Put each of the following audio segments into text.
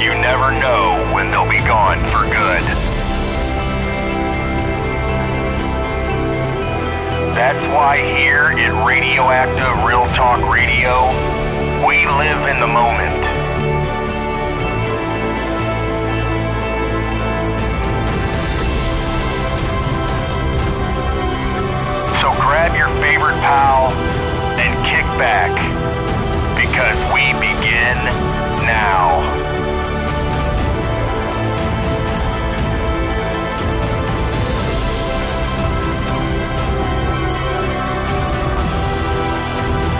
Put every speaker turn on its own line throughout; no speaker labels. You never know when they'll be gone for good. That's why here at Radioactive Real Talk Radio, we live in the moment. So grab your favorite pal and kick back because we begin now.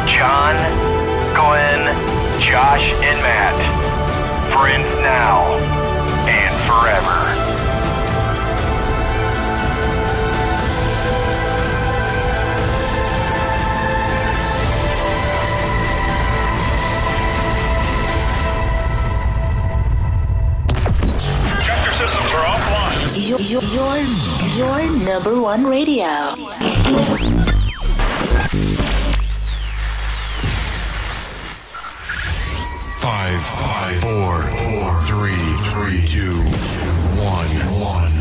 John, Glenn, Josh, and Matt. Friends now and forever.
Check your systems are offline.
Your, your, your, your number one radio.
Five, five, four, four, three, three, two, one, one.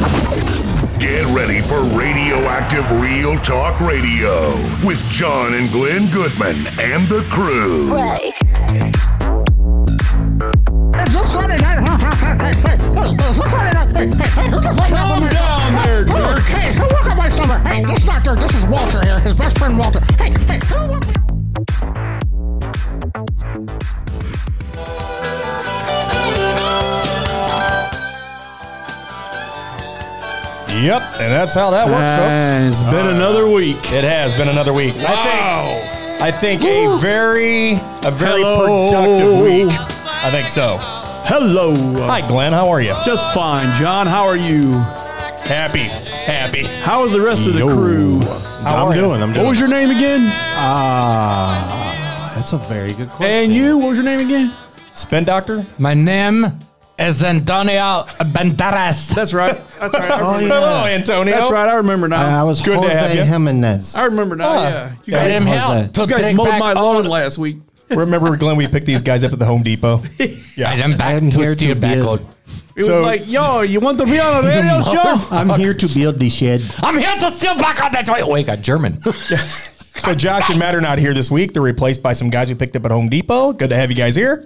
Get ready for Radioactive Real Talk Radio with John and Glenn Goodman and the crew.
Is this Friday night? Huh, huh, huh, hey, hey, hey, is this Friday night? Hey, hey, hey, who just woke up on my
down
hey,
there,
who-
jerk.
Hey, who woke up my summer? Hey, this is not Dirk, this is Walter here, his best friend Walter. Hey, hey, who woke up?
Yep, and that's how that works,
Uh,
folks.
It's been another week.
It has been another week.
Wow.
I think I think a very a very
Hello.
productive week. I think so.
Hello.
Hi, Glenn. How are you?
Just fine, John. How are you?
Happy, happy.
How is the rest of the
Yo.
crew?
How
I'm
are
doing. I'm
What
doing.
was your name again?
Ah, that's a very good question.
And you? What was your name again?
Spin doctor.
My name is Antonio Banderas.
That's right. That's right. I
Oh
remember.
Hello,
yeah.
Antonio.
That's right. I remember now.
I, I was
Good to have
Jose
you.
Jimenez.
I remember now.
Ah.
yeah. You
Yeah.
guys,
Him
How's
hell
that?
to
you guys
take
mowed
back
my
all
lawn last week.
Remember, Glenn? We picked these guys up at the Home Depot.
I am back
I'm
to
here to
steal back
build.
all.
It
So-
was like, yo, you want to be on a radio show?
I'm here to build the shed.
I'm here to steal back all that. Oh, I got German.
Uh, So Josh and Matt are not here this week. They're replaced by some guys we picked up at Home Depot. Good to have you guys here.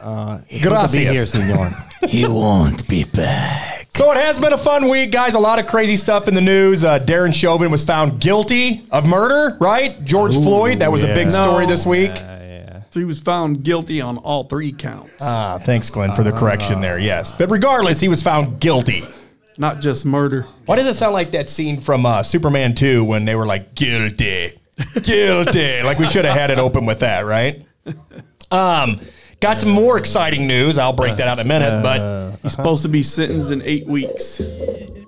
Uh, It's good to be
Gracias.
here, senor.
he won't be back.
So it has been a fun week, guys. A lot of crazy stuff in the news. Uh, Darren Chauvin was found guilty of murder, right? George Floyd. That was a big
yeah.
story
No.
this week.
So he was found guilty on all three counts,
Ah, thanks, Glenn, for the correction there. Yes, but regardless, he was found guilty.
not just murder.
Why does it sound like that scene from uh, Superman 2 when they were like, guilty, guilty? like, we should have had it open with that, right? Um, got some more exciting news. I'll break that out in a minute,
Uh,
but
He's supposed to be sentenced in eight weeks.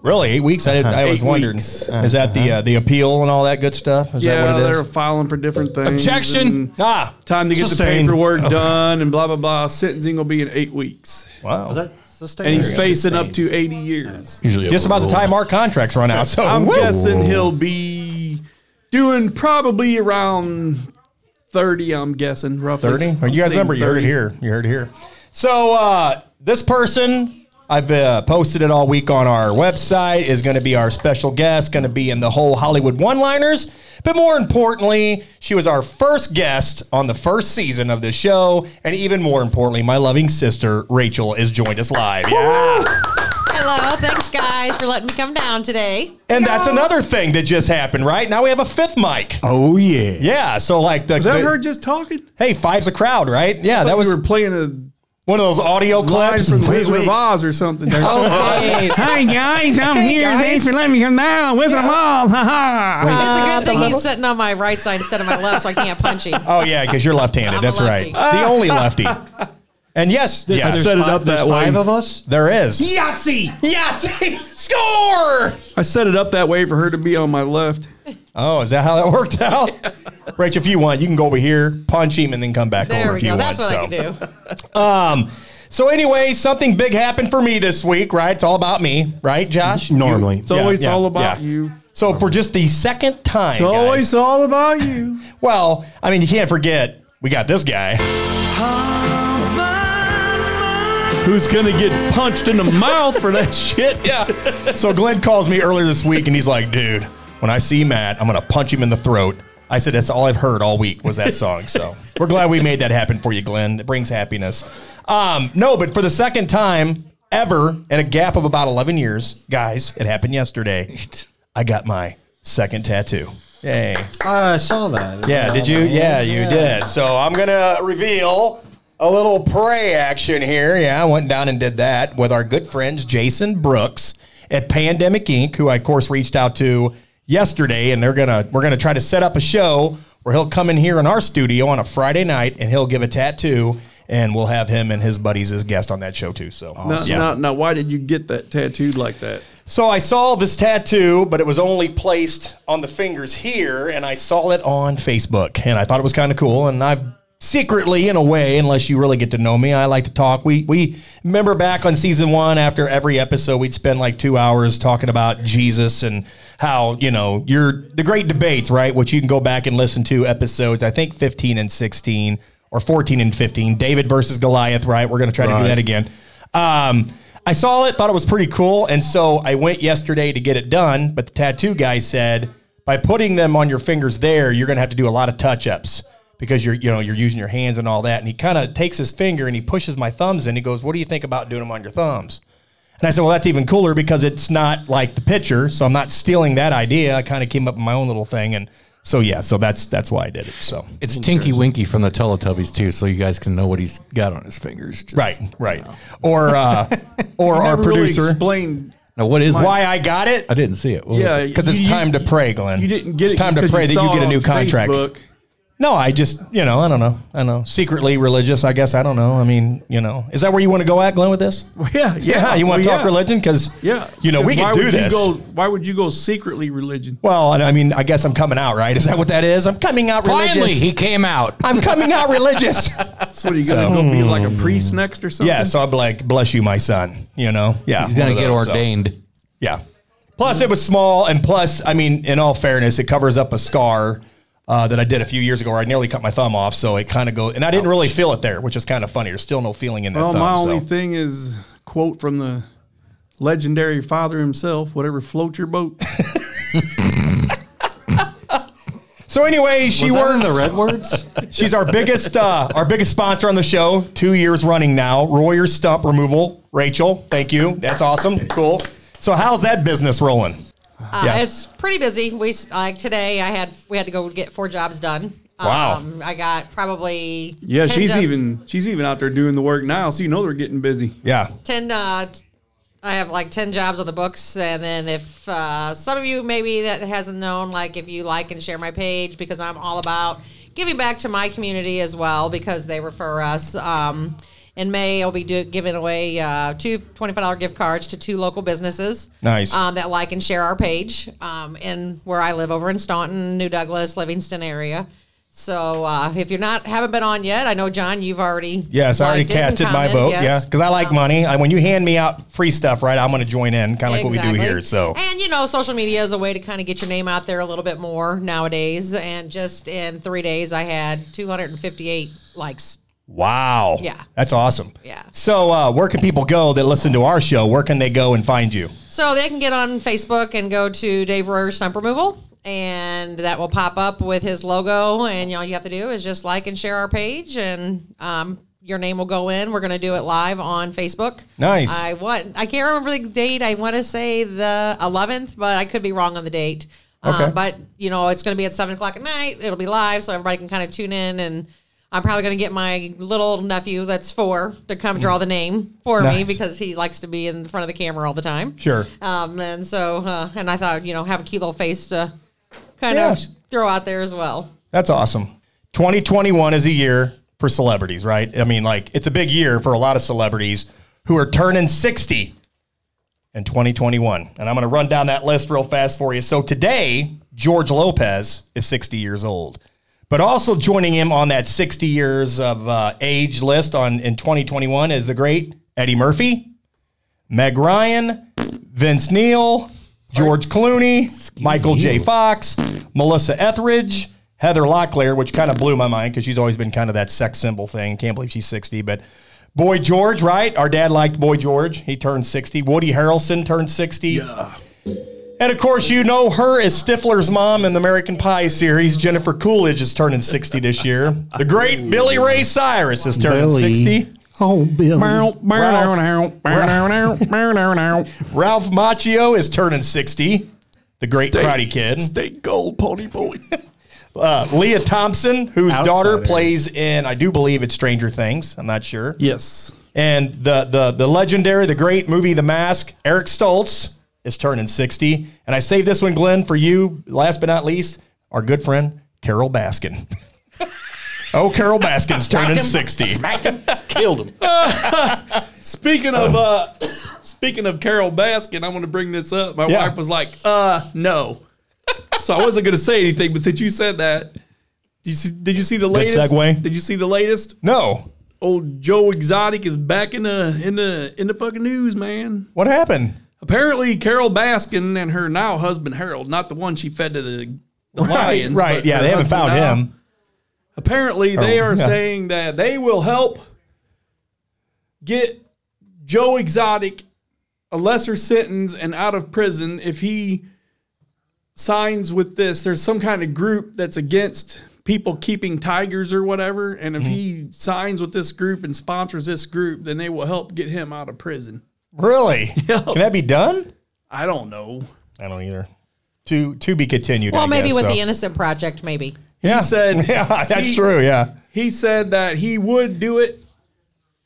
really, eight weeks? I, did,
Uh-huh.
I was
Eight
wondering,
weeks.
is that the uh, the appeal and all that good stuff? Is
yeah,
that what it
they're
is?
filing for different things.
Objection.
and
Ah,
Time to get
Sustained.
the paperwork done and blah blah blah. Sentencing will be in eight weeks,
wow.
and he's facing up to eighty years.
Usually
Just about the time our contracts run out. So
I'm
woo.
guessing he'll be doing probably around thirty. I'm guessing roughly
30
I'm
you guys
saying
remember you heard it
30.
here you heard it here so uh, this person i've uh, posted it all week on our website is going to be our special guest going to be in the whole hollywood one liners but more importantly she was our first guest on the first season of the show and even more importantly my loving sister rachel has joined us live yeah
Hello, thanks guys for letting me come down today.
and that's another thing that just happened right now we have a fifth mic
Oh yeah.
yeah so like the,
Was that
the-
her just talking?
hey five's a crowd right yeah that was
we were playing a
one of those audio
line
clips
from
Wait,
Wizard
wait.
of Oz or something.
Hi guys, I'm here. Thanks for letting me come down. Wizard of Oz, ha ha.
it's a good thing he's sitting on my right side instead of my left, so I can't punch him.
uh, Oh yeah, because you're left-handed.
I'm a
That's right.
lefty.
The only lefty. And yes, yes,
There's
set it
fi-
up
there's
that way.
Five of us.
there is. Yahtzee, Yahtzee, score!
I set it up that way for her to be on my left.
Oh, is that how that worked out? Rachel, if you want, you can go over here, punch him, and then come back
There
over
we
if you
go.
want.
That's what
so.
I can do.
Um, so anyway, something big happened for me this week, right? It's all about me, right, Josh?
Normally.
It's always
yeah,
all about
yeah.
you.
So for just the second time,
It's always
guys,
all about you.
well, I mean, you can't forget we got this guy.
who's gonna get punched in the mouth for that shit.
Yeah. So Glenn calls me earlier this week and he's like, dude, when I see Matt, I'm going to punch him in the throat. I said, that's all I've heard all week was that song. So we're glad we made that happen for you, Glenn. It brings happiness. Um, no, but for the second time ever in a gap of about 11 years, guys, it happened yesterday. I got my second tattoo. Yay.
I saw that.
Yeah, did you? Yeah, you
Yeah.
did. So I'm gonna reveal a little prey action here. Yeah, I went down and did that with our good friends Jason Brooks at Pandemic Inc., who I of course reached out to yesterday, and they're gonna we're gonna try to set up a show where he'll come in here in our studio on a Friday night and he'll give a tattoo. And we'll have him and his buddies as guest on that show too. So
Now, now, now, why did you get that tattooed like that?
so I saw this tattoo, but it was only placed on the fingers here, and I saw it on Facebook, and I thought it was kind of cool. And I've secretly, in a way, unless you really get to know me, I like to talk. We we remember back on season one, after every episode, we'd spend like two hours talking about Jesus and how you know you're the great debates, right? Which you can go back and listen to episodes. I think 15 and 16 or 14 and 15, David versus Goliath, right? We're gonna try to do
Right.
that again again. Um, I saw it, thought it was pretty cool, and so I went yesterday to get it done. But the tattoo guy said, by putting them on your fingers there, you're gonna have to do a lot of touch ups because you're you know you're using your hands and all that. And he kind of takes his finger and he pushes my thumbs in. He goes, "What do you think about doing them on your thumbs?" And I said, "Well, that's even cooler because it's not like the picture, so I'm not stealing that idea. I kind of came up with my own little thing, and so yeah, so that's that's why I did it. So
It's Tinky Winky from the Teletubbies too, so you guys can know what he's got on his fingers. Just,
right, right, or uh, or
You
our
never really
producer.
explained.
Now, what is
why
it?
I got it?
I didn't see it. What was
Yeah,
it?
Because it's
you-
time to pray, Glenn.
You didn't get
it's
it.
time to
'cause
pray that
saw
you get
it
a new
on
contract.
Facebook.
No, I just, you know, I don't know. I don't know. Secretly religious, I guess. I don't know. I mean, you know, is that where you want to go at, Glenn, with this?
Yeah, yeah.
you want to
well,
talk
yeah.
religion? Because,
Yeah.
you know, we
Why
can do
would you
this.
go- why would you go secretly religion?
well, and I mean, I guess I'm coming out, right? Is that what that is? I'm coming out religious.
Finally, he came out.
I'm coming out religious.
So what, are you gonna
So- hmm.
go be like a priest next or something?
yeah, so I'm like, bless you, my son. You know, yeah.
He's gonna
one of
get
those, so-
ordained.
Yeah. Plus, it was small, and plus, I mean, in all fairness, it covers up a scar uh, that I did a few years ago, where I nearly cut my thumb off. So it kind of goes, and I didn't really feel it there, which is kind of funny. There's still no feeling in that
Well,
thumb.
my
so.
only thing is quote from the legendary father himself, whatever floats your boat.
So anyway, she
Was that
works.
in the red words?
She's our biggest uh, our biggest sponsor on the show, two years running now. Royer Stump Removal, Rachel. Thank you. That's awesome. Cool. So how's that business rolling?
Uh,
Yeah.
It's pretty busy. We s- like today. I had we had to go get four jobs done.
Wow.
Um, I got probably
Yeah,
10
she's
jobs-
even she's even out there doing the work now, so you know they're getting busy.
Yeah.
ten. Uh, t- I have like ten jobs on the books, and then if uh, some of you maybe that hasn't known, like if you like and share my page because I'm all about giving back to my community as well because they refer us. Um, in May, I'll be do- giving away uh, two $25 gift cards to two local businesses.
Nice.
Um, that like and share our page um, in where I live over in Staunton, New Douglas, Livingston area. So uh, if you're not haven't been on yet, I know John, you've already
Yes, I already
liked it and
casted my
commented,
vote.
yes.
Yeah, because I like money. I, when you hand me out free stuff, right, I'm going to join in, kind of like what we do
Exactly.
here. So
and you know, social media is a way to kind of get your name out there a little bit more nowadays. And just in three days, I had 258 likes.
Wow.
Yeah.
That's awesome.
Yeah.
So, uh, where can people go that listen to our show? Where can they go and find you?
So they can get on Facebook and go to Dave Royer Stump Removal, and that will pop up with his logo. And all you have to do is just like and share our page, and um, your name will go in. We're going to do it live on Facebook.
Nice.
I want. I can't remember the date. I want to say the 11th, but I could be wrong on the date.
Okay.
Um, but you know, it's going to be at seven o'clock at night. It'll be live, so everybody can kind of tune in. And I'm probably going to get my little nephew, that's four, to come draw the name for me
Mm. Nice.
because he likes to be in front of the camera all the time.
Sure.
Um, and so, uh, and I thought, you know, have a cute little face to kind
Yeah.
of throw out there as well.
That's awesome. 2021 is a year for celebrities, right? I mean, like, it's a big year for a lot of celebrities who are turning 60 in 2021. And I'm going to run down that list real fast for you. So, today, George Lopez is 60 years old. But also joining him on that 60 years of uh, age list on in 2021 is the great Eddie Murphy, Meg Ryan, Vince Neil, George Clooney, Michael J. Fox, Melissa Etheridge, Heather Locklear, which kind of blew my mind because she's always been kind of that sex symbol thing. Can't believe she's 60, but Boy George, right? Our dad liked Boy George. He turned 60. Woody Harrelson turned 60. Yeah. And of course, you know her as Stifler's mom in the American Pie series. Jennifer Coolidge is turning 60 this year. The great Billy Ray Cyrus is turning
Billy.
60.
Oh, Billy.
Ralph, Ralph, Ralph Macchio is turning 60. The great Karate Kid.
State gold, pony boy.
Uh, Leah Thompson, whose daughter
Outsiders.
plays in, I do believe it's Stranger Things. I'm not sure.
Yes.
And the the the legendary, the great movie The Mask, Eric Stoltz is turning 60. And I saved this one, Glenn, for you. Last but not least, our good friend Carol Baskin. oh, Carol Baskin's turning 60.
Killed him.
Speaking of uh, speaking of Carol Baskin, I want to bring this up. My
Yeah.
wife was like, "Uh, no," so I wasn't going to say anything. But since you said that, did you see, did you see the latest?
segue.
Did you see the latest?
No.
Old Joe Exotic is back in the in the in the fucking news, man.
What happened?
Apparently, Carol Baskin and her now husband Harold, not the one she fed to the, the lions,
right.
but
yeah,
her
they haven't
husband
found
now.
him.
Apparently, they
Oh,
are
yeah.
saying that they will help get Joe Exotic a lesser sentence and out of prison if he signs with this. There's some kind of group that's against people keeping tigers or whatever. And if he
Mm-hmm.
signs with this group and sponsors this group, then they will help get him out of prison.
Really? Can that be done?
I don't know.
I don't either. To to be continued.
Well,
I
maybe
guess,
with
so.
the Innocent Project, maybe.
yeah.
He said,
yeah, that's
he-
true. Yeah.
He said that he would do it,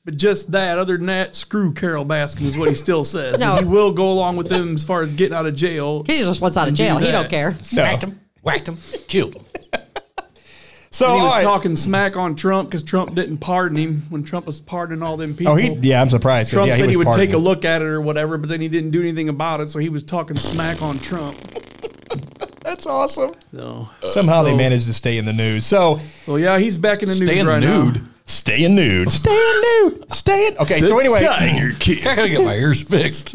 but just that. Other than that, screw Carol Baskin is what he still says.
No.
He will go along with them as far as getting out of jail.
He just wants out of
And do
jail. He
that.
don't care.
So- Whacked
him, whacked him, killed him.
So
And he was
all right.
talking smack on Trump because Trump didn't pardon him when Trump was pardoning all them people.
Oh, he. Yeah, I'm surprised. 'cause,
Trump
yeah,
said he,
was
would
part of
take a
it.
look at it or whatever, but then he didn't do anything about it. So he was talking smack on Trump.
That's awesome.
So,
Somehow they
So-
managed to stay in the news. So
so yeah, he's back in the news
Staying
right
nude.
now.
staying nude, staying nude, staying. Okay, so anyway,
I gotta get my ears fixed.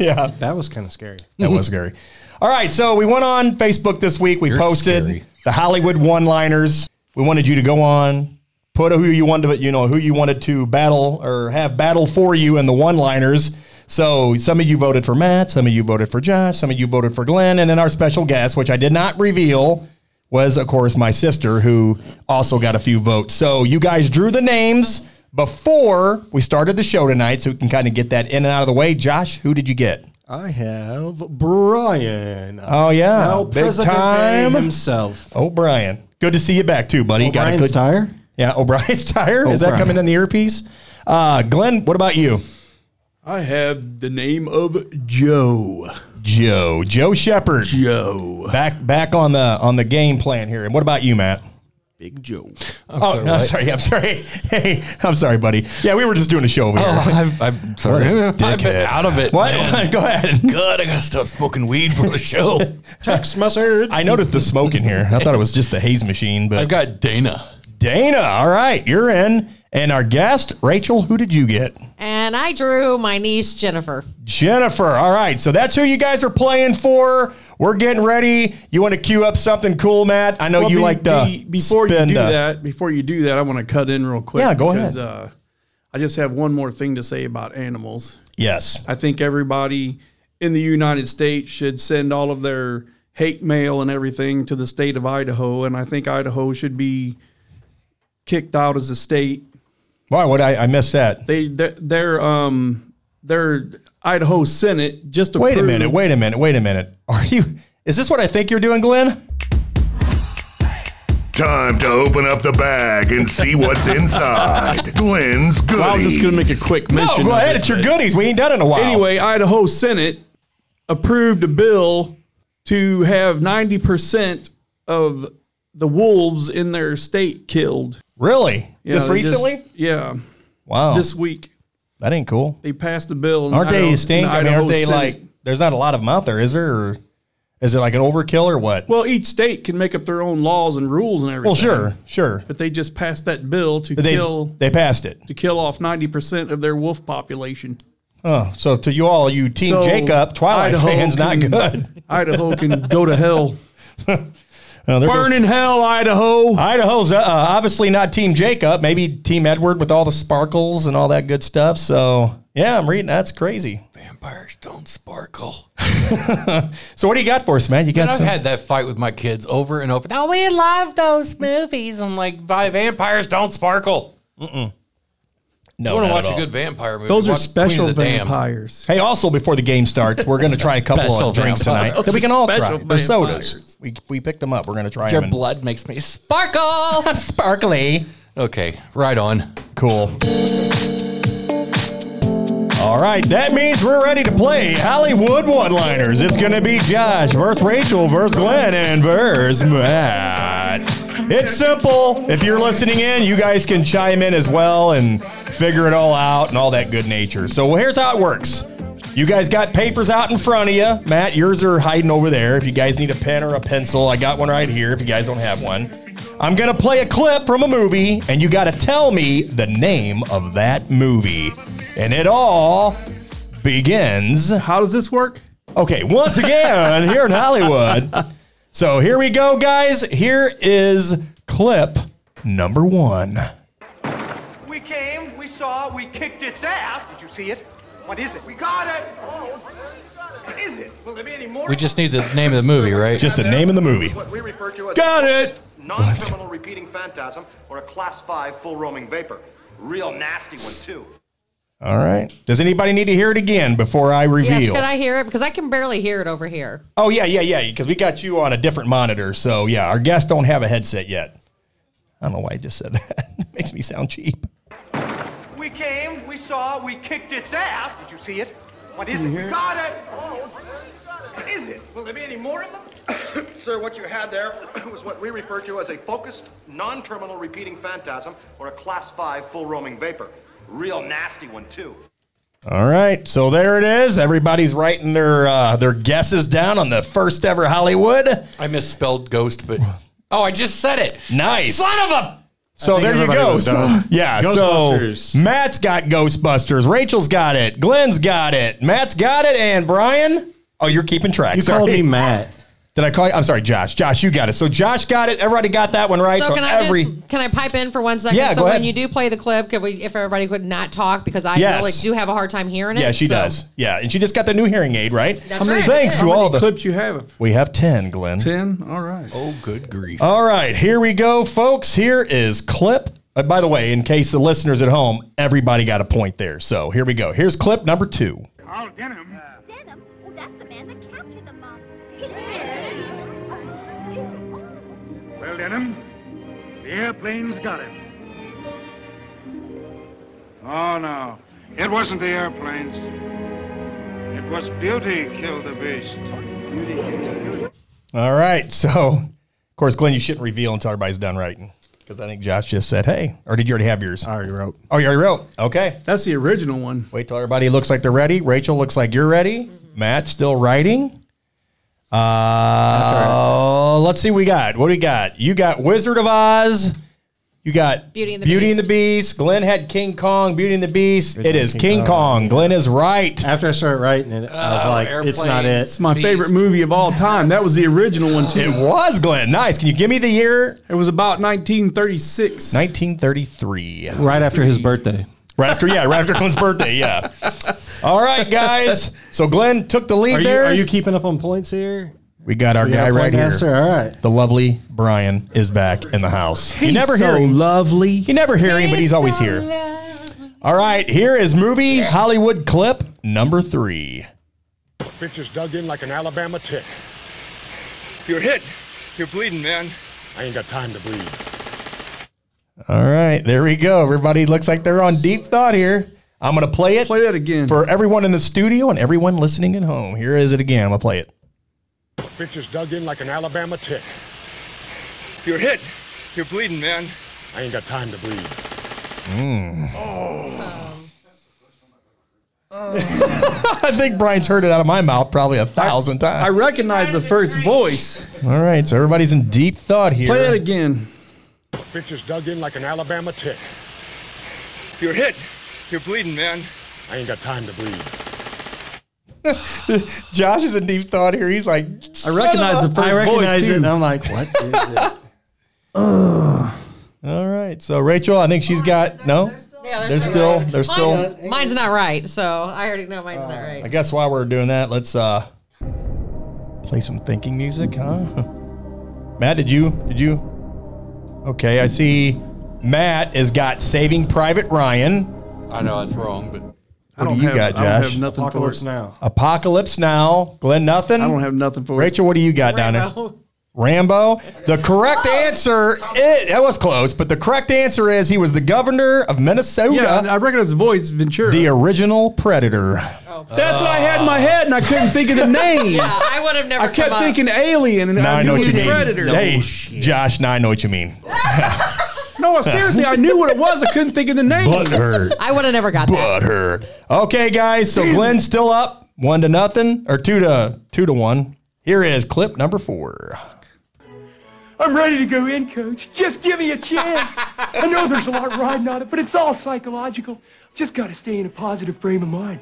yeah,
That was kind of scary.
that was scary. All right, so we went on Facebook this week. We
You're
posted
scary.
the Hollywood one-liners. We wanted you to go on, put who you wanted, to, you know, who you wanted to battle or have battle for you in the one-liners. So some of you voted for Matt, some of you voted for Josh, some of you voted for Glenn, and then our special guest, which I did not reveal, was of course my sister who also got a few votes. So you guys drew the names before we started the show tonight, so we can kind of get that in and out of the way. Josh, who did you get?
I have Brian.
Oh yeah,
El
big
Presidente
time.
himself.
O'Brien, good to see you back too, buddy.
Brian's
good
tire.
Yeah, O'Brien's tire. Is that
O'Brien.
coming in the earpiece? Uh, Glenn, what about you?
I have the name of Joe.
Joe, Joe Shepard,
Joe.
back back on the on the game plan here. And what about you, Matt?
Big Joe.
I'm
Oh,
sorry.
no, I'm
what?
sorry, I'm sorry. Hey, I'm sorry, buddy. Yeah, we were just doing a show over
Oh,
here.
I'm, I'm sorry. I've
dickhead.
been out of it.
what?
man.
Go ahead.
God, I gotta stop smoking weed for the show.
Text message.
I noticed the smoke in here. I thought it was just the haze machine, but
I've got Dana.
Dana, all right, you're in. And our guest, Rachel, who did you get?
And I drew my niece Jennifer.
Jennifer. All right. So that's who you guys are playing for. We're getting ready. You want to queue up something cool, Matt? I know
Well,
you
be-
like to
be- before
spend,
you do
uh,
that. Before you do that, I want to cut in real quick.
Yeah, go
because,
ahead.
Uh, I just have one more thing to say about animals.
Yes.
I think everybody in the United States should send all of their hate mail and everything to the state of Idaho, and I think Idaho should be kicked out as a state.
Why would I? I miss that.
They their, their um their Idaho Senate just
Wait a
approved-
minute. Wait a minute. Wait a minute. Are you? Is this what I think you're doing, Glenn?
Time to open up the bag and see what's inside. Glenn's good.
I was just going to make a quick
No.
mention.
Go
of
ahead.
it,
It's your
but-
goodies. We ain't done in a while.
Anyway, Idaho Senate approved a bill to have 90% of the wolves in their state killed.
Really?
Yeah,
just
they
recently?
yeah.
wow.
This week
that ain't cool.
they passed a bill. in
Aren't
Idaho-
they
in
stink? I mean,
Idaho
aren't they
Senate.
like? There's not a lot of them out there, is there? Or is it like an overkill or what?
Well, each state can make up their own laws and rules and everything.
Well, sure, sure.
But they just passed that bill to
They
kill
they passed it.
to kill off 90% of their wolf population.
Oh, so to you all, you Team
So,
Jacob Twilight
Idaho
fans, not
can-
good.
Idaho can go to hell.
Uh, there goes-
Burn in hell, Idaho.
Idaho's uh, uh, obviously not Team Jacob, maybe Team Edward with all the sparkles and all that good stuff. So, yeah, I'm reading. That's crazy.
Vampires don't sparkle.
So, what do you got for us, man? You
And
got
I've
some?
had that fight with my kids over and over. Now we love those movies. I'm like, "Vi- vampires don't sparkle.
no,
want to
not
watch
at
a
all.
good vampire movie.
Those are
watch Queen of
special
the Damned.
vampires.
Hey, also before the game starts, we're going to try a couple
Special
of drinks
vampires.
tonight that we can all try.
Special
They're sodas.
vampires.
We, we picked them up. We're going to try
Your
them.
blood makes me sparkle.
I'm sparkly.
okay, right on.
Cool. All right, that means we're ready to play Hollywood one-liners. It's going to be Josh versus Rachel versus Glenn and versus Matt. It's simple. If you're listening in, you guys can chime in as well and figure it all out and all that good nature. So here's how it works. You guys got papers out in front of you. Matt, yours are hiding over there. If you guys need a pen or a pencil, I got one right here if you guys don't have one. I'm going to play a clip from a movie, and you got to tell me the name of that movie. And it all begins.
How does this work?
Okay, once again, here in Hollywood. So here we go, guys. Here is clip number one.
We came, we saw, we kicked its ass. Did you see it? What is it? We got it. What is it? Will there be any more?
We just need the name of the movie, right?
Just the name of the movie.
What we refer to as
Got it.
non-terminal repeating phantasm or a class five full roaming vapor. Real nasty one too.
All right. Does anybody need to hear it again before I reveal?
Yes, can I hear it? Because I can barely hear it over here.
Oh yeah, yeah, yeah. Because we got you on a different monitor, so yeah, our guests don't have a headset yet. I don't know why I just said that. it makes me sound cheap.
We came, we saw, we kicked its ass. Did you see it? What is it? We got it. What is it? Will there be any more of them? Sir, what you had there was what we refer to as a focused, non-terminal repeating phantasm or a class five full roaming vapor. Real nasty one too.
All right, so there it is. Everybody's writing their uh, their guesses down on the first ever Hollywood.
I misspelled ghost, but oh, I just said it.
Nice.
Son of a.
So there you
everybody
go.
was done.
So- yeah.
Ghostbusters.
So Matt's got Ghostbusters. Rachel's got it. Glenn's got it. Matt's got it. And Brian. Oh, you're keeping track.
You
Sorry.
called me Matt.
Did I call you? I'm sorry, Josh. Josh, you got it. So Josh got it. Everybody got that one right.
so,
So,
can I
every
just can I pipe in for one second?
Yeah,
so
go
when
ahead.
you do play the clip, could we if everybody would not talk because I
Yes.
really do have a hard time hearing it.
Yeah, she
so-
does. Yeah, and she just got the new hearing aid, right?
That's How many- right,
Thanks
yeah.
to
How
all the.
Clips you have.
we have ten, Glenn.
Ten. All right.
Oh, good grief.
All right, here we go, folks. Here is clip. Uh, by the way, in case the listeners at home, everybody got a point there. So here we go. Here's clip number two.
Carl Denham.
Denham? Oh, that's the man that captured the monster.
Well, Denham, the airplane's got him. Oh, no. It wasn't the airplanes. It was beauty killed the beast. Beauty killed the
All right, so of course, Glenn, you shouldn't reveal until everybody's done writing, because I think Josh just said, "Hey," or did you already have yours?
I already wrote.
Oh, you already wrote. Okay.
That's the original one.
Wait till everybody looks like they're ready. Rachel looks like you're ready.
Mm-hmm.
Matt's still writing. Uh, let's see what we got. What do we got? You got Wizard of Oz. You got
Beauty and the
Beauty and
Beast.
the Beast. Glenn had King Kong, Beauty and the Beast. it is King Kong. Glenn is right.
After I started writing it, I was
Oh,
like, it's not
airplanes.
it.
It's my
Beast.
favorite movie of all time. That was the original one
It
too.
was Glenn. Nice. Can you give me the year?
It was about 1936.
1933.
Right after his birthday.
Right after, yeah, right after Glenn's birthday. Yeah. All right, guys. So Glenn took the lead
Are you,
there.
are you keeping up on points here?
we got our
We got
guy
a
right
point
here.
answer. All right.
The lovely Brian is back in the house. you
He's
never hear
so
him.
lovely.
you never hear him, but he's always here. All right, here is movie Hollywood clip number three.
Pictures dug in like an Alabama tick.
You're hit. You're bleeding, man.
I ain't got time to breathe.
All right, there we go. Everybody looks like they're on deep thought here. I'm gonna play it
Play that again.
for everyone in the studio and everyone listening at home. Here is it again. I'm gonna play it.
Pictures dug in like an Alabama tick.
You're hit. You're bleeding, man.
I ain't got time to breathe.
I think Brian's heard it out of my mouth probably a thousand
I
times.
recognize the first voice.
All right, so everybody's in deep thought here.
Play that again.
Pictures dug in like an Alabama tick.
You're hit. You're bleeding, man.
I ain't got time to breathe.
Josh is in deep thought here. He's like,
I recognize the first
I recognize
voice,
it.
too.
And I'm like, what is it? All right. So Rachel, I think she's got no.
Yeah,
They're
there's
still.
no-
They're still. Uh,
mine's, Mine's not right, so I already know mine's not right.
I guess while we're doing that, let's uh play some thinking music, huh? Matt, did you? Did you? Okay, I see. Matt has got Saving Private Ryan.
I know that's wrong, but
What do you got, Josh?
Apocalypse
Now.
Apocalypse Now. Glenn, nothing. I don't have nothing for Rachel. What do you got down there? Rambo. The correct answer. It, that was close, but the correct answer is he was the governor of Minnesota.
Yeah, and I Uh, recognize the voice, Ventura.
The original predator.
That's what I had in my head, and I couldn't think of the name.
Yeah, I would have never.
I kept
come up.
thinking alien, and
now I,
I
know
knew
what you
it was
mean.
predator. Oh,
Hey, Josh. Now I know what you mean.
No, seriously, I knew what it was. I couldn't think of the name.
Butthurt.
I would have never got
that. Butthurt. Okay, guys. So Glenn's still up, one to nothing, or two to two to one. Here is clip number four.
I'm ready to go in, coach. Just give me a chance. I know there's a lot riding on it, but it's all psychological. Just got to stay in a positive frame of mind.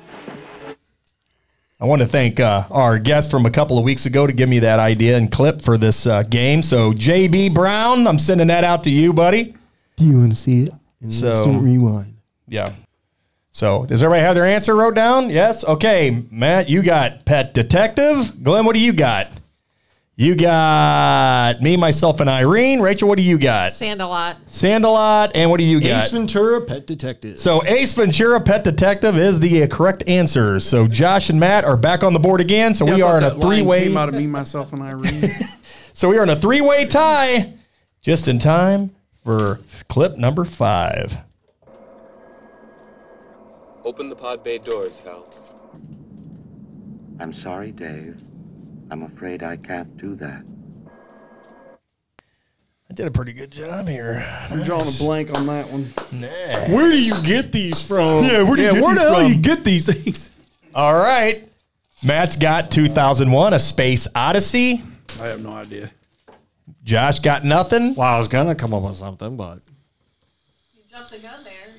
I want to thank uh, our guest from a couple of weeks ago to give me that idea and clip for this uh, game. So JB Brown, I'm sending that out to you, buddy.
Do you want to see it? And
So-
let's do a rewind.
Yeah. So does everybody have their answer wrote down? Yes. Okay, Matt, you got pet detective. Glenn, what do you got? You got me, myself, and Irene. Rachel, what do you got?
Sand a lot.
Sandalot, and what do you got?
Ace Ventura, Pet Detective.
So Ace Ventura Pet Detective is the uh, correct answer. So Josh and Matt are back on the board again. So
See, I
we
thought
are in a
that line
three-way.
Came out of me, myself, and Irene.
So we are in a three-way tie, just in time for clip number five.
Open the pod bay doors, Hal.
I'm sorry, Dave. I'm afraid I can't do that.
I did a pretty good job here.
I'm drawing a blank on that one.
Where do you get these from?
Yeah, where do you Oh, Yeah, get where these the hell from? you
get these things? All right. Matt's got 2001, A Space Odyssey.
I have no idea.
Josh got nothing.
Well, I was gonna come up with something, but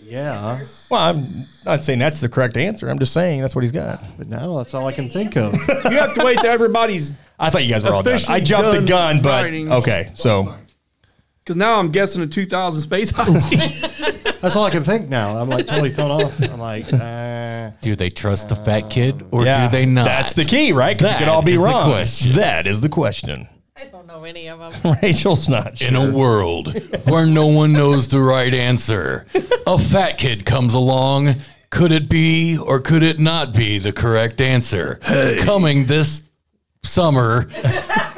Yeah. Well, I'm not saying that's the correct answer. I'm just saying that's what he's got. But now that's all I can think of.
You have to wait till everybody's
I thought you guys were all done. I jumped the
Officially
gun,
done
but
writing.
okay. So
because now I'm guessing a 2000 Space Odyssey.
that's all I can think now. I'm like totally thrown off. I'm like, uh,
Do they trust the fat kid or
Yeah,
do they not?
That's the key, right? 'Cause
That
you could all be
is the
wrong.
question.
That is the question.
I don't know any of them.
Rachel's not sure.
In a world where no one knows the right answer, a fat kid comes along. Could it be or could it not be the correct answer? Coming this summer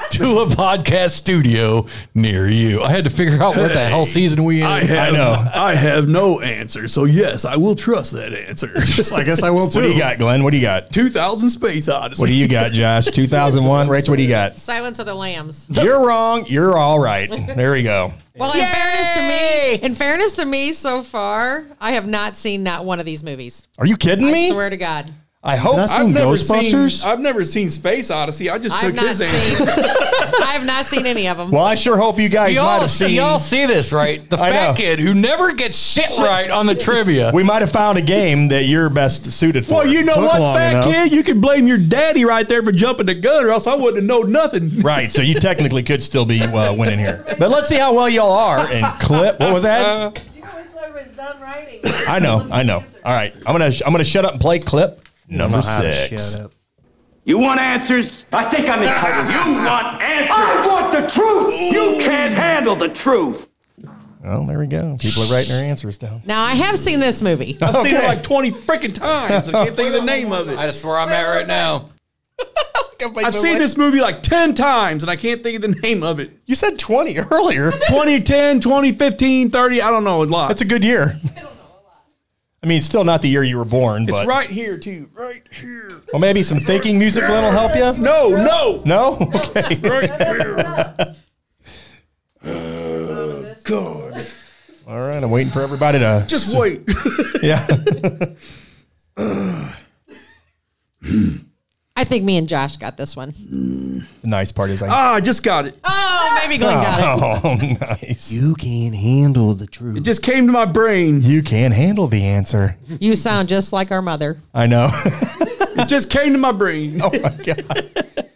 to a podcast studio near you. I had to figure out what the hell
Hey,
season we in.
I, have, I know. I have no answer, so yes, I will trust that answer.
I guess I will What do you
too.
got, Glenn? What do you got?
2000 Space Odyssey.
What do you got, Josh? 2001. Rachel, what do you got?
Silence of the Lambs.
You're wrong. You're all right. There we go.
Well, in fairness to me, in fairness to me, so far I have not seen not one of these movies.
Are you kidding
I
me?
swear to God.
I hope
never Seen,
uh,
I've never seen Space Odyssey. I just
I've
took
not
his answer.
I have not seen any of them.
Well, I sure hope you guys
Y'all
might have
see-
seen.
y'all see this, right? The fat kid who never gets shit right on the trivia.
We might have found a game that you're best suited for.
Well, you know what, fat kid? You can blame your daddy right there for jumping the gun, or else I wouldn't have known nothing.
Right, so you technically could still be uh, winning here. But let's see how well y'all are. And clip, what was that?
Uh,
I know, I know. All right, I'm gonna I'm gonna shut up and play clip number
how to
six.
shut
You want answers? I think I'm entitled. You want answers? I want the truth. You can't handle the truth.
Oh, there we go. People are writing their answers down.
Now I have seen this movie.
I've seen it Okay. like
20 freaking times. I can't think of the name of it. I
just where I'm at right now.
I've seen this movie like 10 times, and I can't think of the name of it.
You said 20 earlier.
2010, 2015, 30. I don't know a lot.
That's a good year. I mean, it's still not the year you were born,
It's
but
right here, too. Right here.
well, maybe some thinking music Glenn will help you.
No, no,
no. Okay.
God.
Oh, All right, I'm waiting for everybody to
Just wait.
Yeah.
I think me and Josh got this one.
The nice part is I
Ah, I just got it.
Oh, maybe Glenn got it.
Oh, nice.
You can't handle the truth. It
just came to my brain.
You can't handle the answer.
You sound just like our mother.
I know.
It just came to my brain. Oh
my god.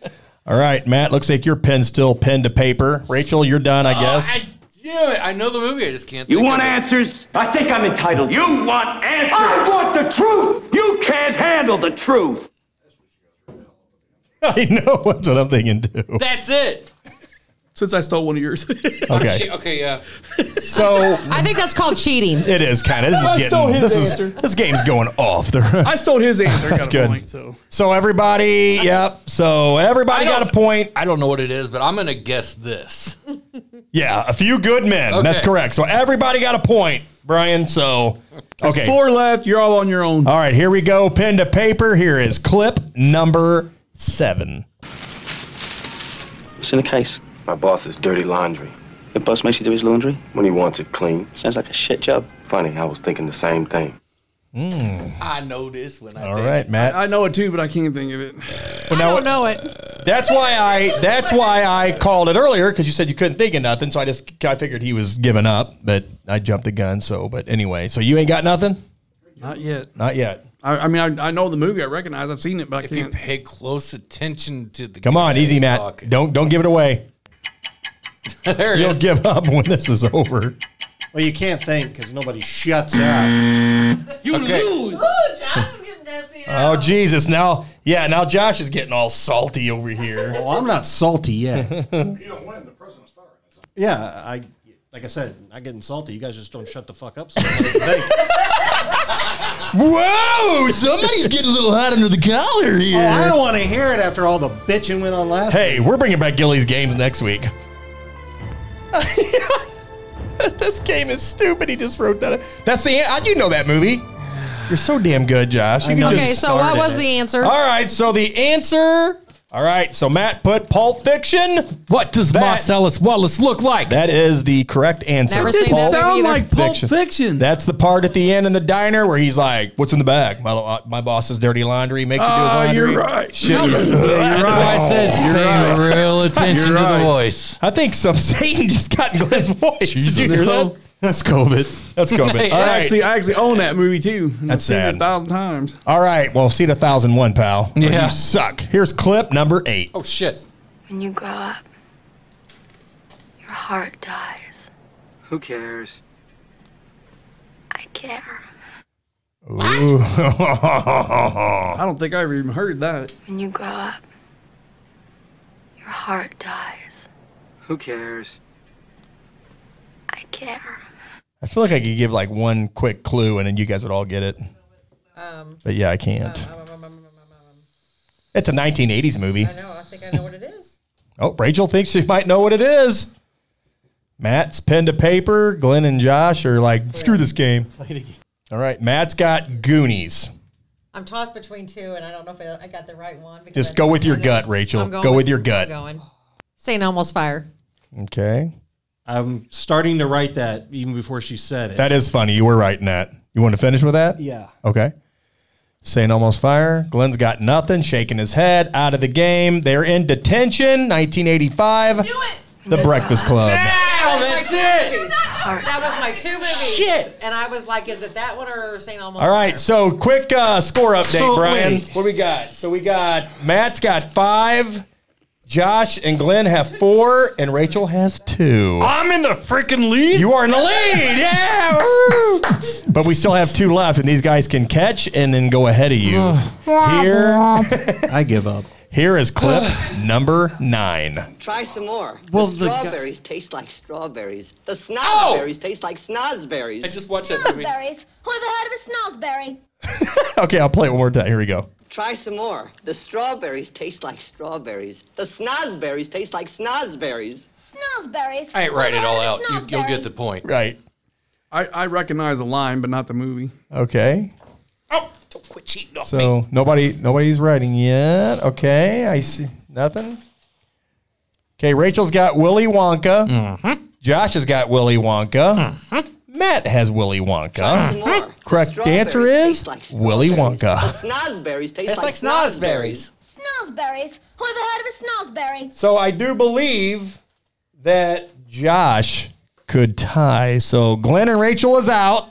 All right, Matt. Looks like your pen's still pen to paper. Rachel, you're done,
Oh,
I guess.
Damn it, I know the movie, I just can't.
You
think
want
of it.
answers? I think I'm entitled. You want answers? I want the truth. You can't handle the truth.
I know that's what I'm thinking too.
That's it.
Since I stole one of yours. Oh,
Okay.
Shit, okay, yeah.
So
I think that's called cheating.
it is kind of. This
I
is
stole
getting.
his
This is
answer.
this game's going off the.
I stole his answer.
That's
got
good.
A point, so
So everybody, yep. So everybody
I don't-
got a point.
I don't know what it is, but I'm gonna guess this.
Yeah, a few good men. That's
Okay.
correct. So everybody got a point, Brian. So
There's
okay.
four left. You're all on your own.
All right, here we go. Pen to paper. Here is clip number seven.
What's in the case? My boss's dirty laundry. Your boss makes you do his laundry? When he wants it clean. Sounds like a shit job. Funny, I was thinking the same thing.
I know this when I
All right, Matt.
I know it too, but I can't think of it.
I don't know it. That's why I. That's why I called it earlier because you said you couldn't think of nothing. So I just I figured he was giving up, but I jumped the gun. So, but anyway, so you ain't got nothing,
Not yet.
not yet.
I, I mean, I, I know the movie. I recognize. I've seen it, but I
If you
can't.
pay close attention to the
Come on,
guy
easy, Matt.
talking.
Don't don't give it away.
there it
You'll
is.
give up when this is over.
Well, you can't think because nobody shuts up.
You
Ooh,
lose.
Josh is getting dusty now.
Oh Jesus! Now, yeah, now Josh is getting all salty over here.
Well, Oh, I'm not salty yet. Yeah, I like I said, not getting salty. You guys just don't shut the fuck up. So
Whoa! Somebody's getting a little hot under the collar
oh,
here.
I don't want to hear it after all the bitching went on last.
hey, we're bringing back Gilly's games next week. this game is stupid. He just wrote that. That's the. an- You know that movie. You're so damn good, Josh. You
I
can
know.
just
Okay, so
start
what
it.
was the answer?
All right, so the answer. All right, so Matt put Pulp Fiction.
What does
That-
Marcellus Wallace look like?
That is the correct answer.
Never seen that movie
Sound
either.
like Pulp Fiction.
That's the part at the end in the diner where he's like, "What's in the bag? My, uh, my boss's dirty laundry makes you do his
Ah,
laundry."
you're right.
Shit.
No.
Yeah, you're
That's why I
right.
said
You're
pay
right.
real attention
You're
to
right.
the voice.
I think some Satan just got in Glenn's voice. Did you hear
No.
that?
That's COVID.
That's COVID. All
I
right.
actually, I actually own that movie too. and
That's
I've seen
sad.
it a thousand times.
All right. Well, see it a thousand one, pal. Or
Yeah.
You suck. Here's clip number eight.
Oh shit.
When you grow up, your heart dies.
Who cares?
I care.
Ooh.
I don't think I ever even heard that.
When you grow up, your heart dies.
Who cares?
I care.
I feel like I could give like one quick clue and then you guys would all get it.
Um,
But yeah, I can't.
um, um, um, um, um,
It's a 1980s movie.
I know. I think I know what it is.
Oh, Rachel thinks she might know what it is. Matt's pen to paper. Glenn and Josh are like, screw this game. All right, Matt's got Goonies.
I'm tossed between two, and I don't know if I, I got the right one. because
Just
I
go
think
with
I
your
know-
gut, Rachel.
I'm going
Go with your gut.
I'm going. St. Elmo's Fire.
Okay.
I'm starting to write that even before she said it.
That is funny. You were right, Nat. You want to finish with that?
yeah.
Okay. Saying almost fire. Glenn's got nothing, shaking his head, out of the game. They're in detention, 1985. The Breakfast Club.
that's it. That was my two movies.
Shit.
And I was like, is it that one or St. Elmo's?
All right, so quick uh, score update,
So,
Brian.
wait.
What do we got? So we got Matt's got five, Josh and Glenn have four, and Rachel has two.
I'm in the freaking lead.
You are in the lead, yeah! woo! but we still have two left, and these guys can catch and then go ahead of you. Here,
I give up.
here is clip number nine.
Try some more.
Well,
the
the gu-
strawberries taste like strawberries. The snozberries taste like snozberries.
I just watched that movie.
Snozberries? Who ever heard of a snozberry?
Okay, I'll play it one more time. Here we go.
Try some more. The strawberries taste like strawberries. The snozberries taste like snozberries.
Snozberries?
I ain't write it all out. You, you'll get
the.
the point.
Right.
I, I recognize the line, but not the movie.
Okay.
Oh, don't quit cheating on me.
So nobody nobody's writing yet. Okay, I see nothing. Okay, Rachel's got Willy Wonka.
Mm-hmm.
Josh has got Willy Wonka. Matt has Willy Wonka.
Some more.
Correct answer
strawberries
is
taste like
Willy Wonka.
Snozberries taste
It's
like,
like snozberries.
Snozberries? Who ever heard of a snozberry?
So I do believe that Josh could tie. So Glenn and Rachel is out.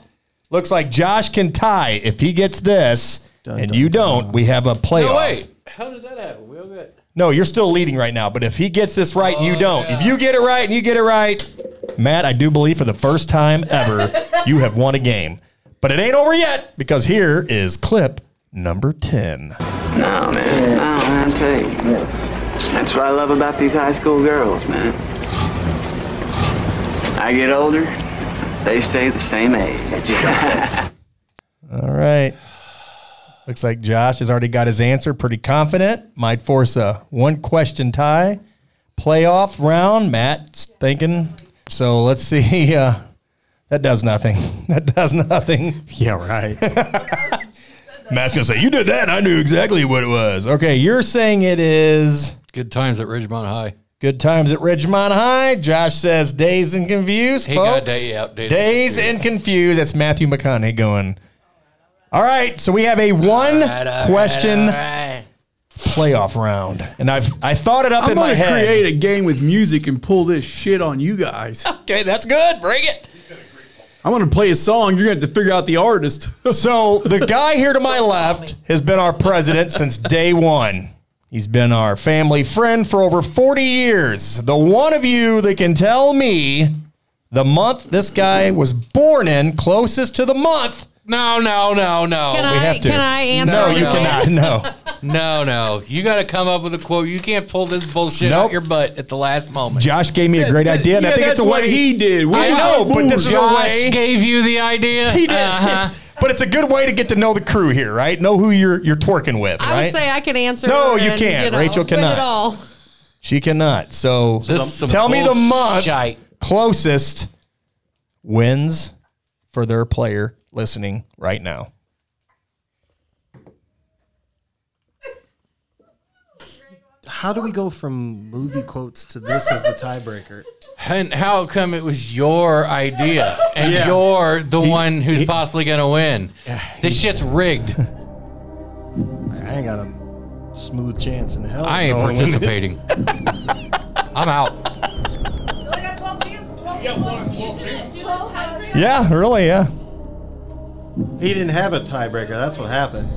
Looks like Josh can tie if he gets this. and you don't, we have a playoff.
No, wait. How did that happen? We all got. Oh,
No, you're still leading right now. But if he gets this right and you don't, if you get it right and you get it right, Matt, I do believe for the first time ever, you have won a game. But it ain't over yet because here is clip number 10.
No, man. Oh, I don't have to tell you. That's what I love about these high school girls, man. I get older, they stay the same age.
All right. Looks like Josh has already got his answer pretty confident. Might force a one question tie. Playoff round. Matt's thinking. So let's see. Uh, that does nothing. That does nothing. Yeah, right. Matt's going to say, You did that. I knew exactly what it was. Okay, you're saying it is.
Good times at Ridgemont High.
Good times at Ridgemont High. Josh says days and confused.
He
folks.
got day out, days and
Days and confused. That's Matthew McConaughey going. All right, so we have a one question playoff round, and I've I thought it up
I'm
in my
gonna
head.
create a game with music and pull this shit on you guys.
okay, that's good. Bring it.
I'm gonna play a song. You're gonna have to figure out the artist.
So the guy here to my left has been our president since day one. He's been our family friend for over 40 years. The one of you that can tell me the month this guy was born in, closest to the month.
No, no, no, no.
Can We I- have to. can I answer
No,
on
you
the
cannot.
way?
No.
no, no. You got to come up with a quote. You can't pull this bullshit out
Nope.
your butt at the last moment.
Josh gave me a great idea, and I
yeah,
think it's a
that's what
way
he did. We
I know,
outmoved.
but this is a
Josh
way
gave you the idea.
He did,
Uh-huh.
but it's a good way to get to know the crew here, right? Know who you're you're twerking with,
I
right?
would say I can answer.
No,
her
you
and,
can't.
know,
Rachel
but at
cannot.
all.
She cannot. So
This is some
tell me the month
bullshit.
closest wins for their player listening right now.
How do we go from movie quotes to this as the tiebreaker?
And how come it was your idea and
Yeah.
you're the one who's possibly going to win? This shit's rigged.
I ain't got a smooth chance in hell.
I ain't
No one-
participating. I'm out.
Yeah, really, yeah.
He didn't have a tiebreaker. That's what happened.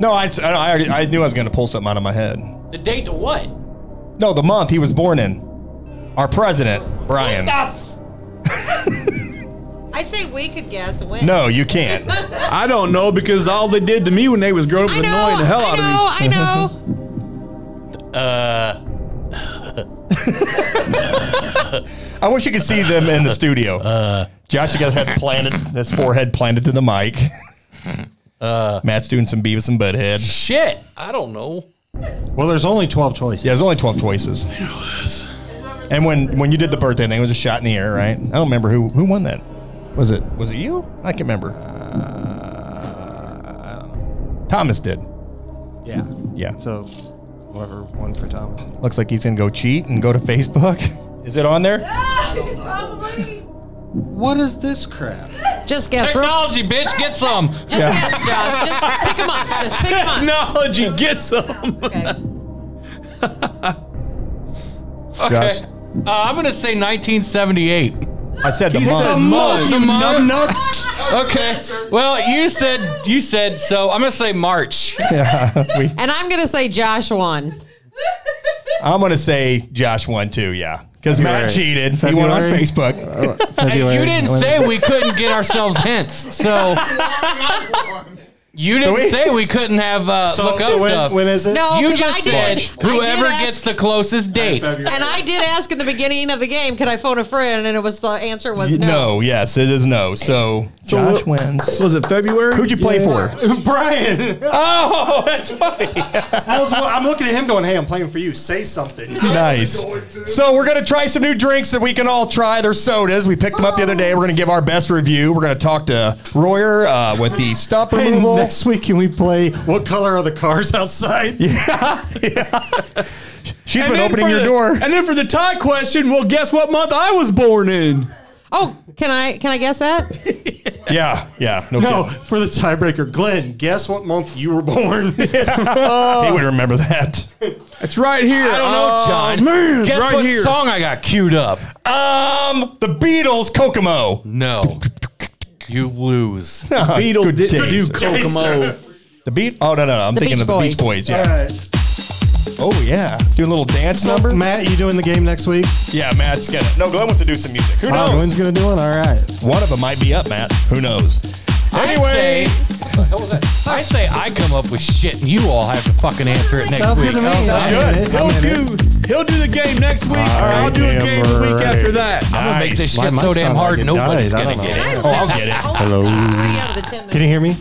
No, I, I, already, I knew I was going to pull something out of my head.
The date to what?
No, the month he was born in. Our president, Brian.
I say we could guess and win.
No, you can't.
I don't know because all they did to me when they was growing up was annoying the hell out of me.
I know.
Uh,
I wish you could see them in the studio. Uh, Josh has got his head planted, his forehead planted to the mic. Uh, Matt's doing some Beavis and Butthead.
Shit. I don't know.
Well, there's only 12 choices. Yeah, there's only 12 choices. And when, when you did the birthday thing, it was a shot in the air, right? I don't remember who who won that. Was it was it you? I can't remember. Thomas did.
Yeah.
Yeah.
So, whoever won for Thomas.
Looks like he's gonna go cheat and go to Facebook. Is it on there?
What is this crap?
Just guess.
Technology, bitch, get some.
Just guess, Josh. Just pick them up. Just pick them up.
Technology, get some.
Okay.
Josh.
Uh, I'm going to say 1978.
I said the month.
The month.
numbnuts.
Okay. Well, you said you said so. I'm gonna say March.
Yeah, we,
And I'm gonna say Josh won.
I'm gonna say Josh won too. Yeah, because Matt
February.
cheated. He went on
February. Uh,
Facebook.
Hey, you didn't say we couldn't get ourselves hints, so you
So
didn't
we-
say we couldn't have uh,
So-
look up
so when-
stuff.
when is it?
No,
you
'cause
just
I
said
did. I did
whoever
ask-
gets the closest date.
And I did ask in the beginning of the game, can I phone a friend? And it was the answer was
no.
no.
yes, it is no. So, Josh wins.
Was it February?
Who'd you play for?
Brian.
Oh, that's funny.
I was, I'm looking at him going, hey, I'm playing for you. Say something.
Nice. So we're gonna try some new drinks that we can all try. They're sodas. We picked them up the other day. We're gonna give our best review. We're gonna talk to Royer uh, with the stump
Hey,
removal.
next week, can we play What Color Are the Cars Outside?
Yeah. She's
And then for the- And then for the tie question, well, guess what month I was born in?
Oh, can I can I guess that?
Yeah, yeah. No,
No, for the tiebreaker, Glenn, guess what month you were born?
he would remember that.
It's right here.
I don't know,
Oh,
Uh,
John.
man,
Guess
right
what
here.
song I got queued up?
Um, the Beatles, Kokomo.
No, you lose.
Beatles didn't do
Kokomo.
Kokomo.
The beat? Oh, no, no, no. I'm
The
thinking
Beach
of the Beach
Boys.
Boys. Yeah.
All
Oh, yeah. Doing a little dance
So,
number.
Matt, you doing the game next week?
Yeah, Matt's gonna. No, Glenn wants to do some music. Who
Oh,
knows?
Glenn's gonna do one. All right.
One of them might be up, Matt. Who knows? Anyway,
I say I come up with shit, and you all have to fucking answer it next
Sounds
week.
good to me. Sounds good. Sounds
Sounds
good.
good.
He'll do the game next week.
I
I'll do a
am
game the week after that.
I'm gonna make this
Mine
shit
might
so
sound
damn
like
hard,
it
nobody's
died. I
gonna
don't
get
know.
it. Oh, I'll get it.
Hello. Can you hear me?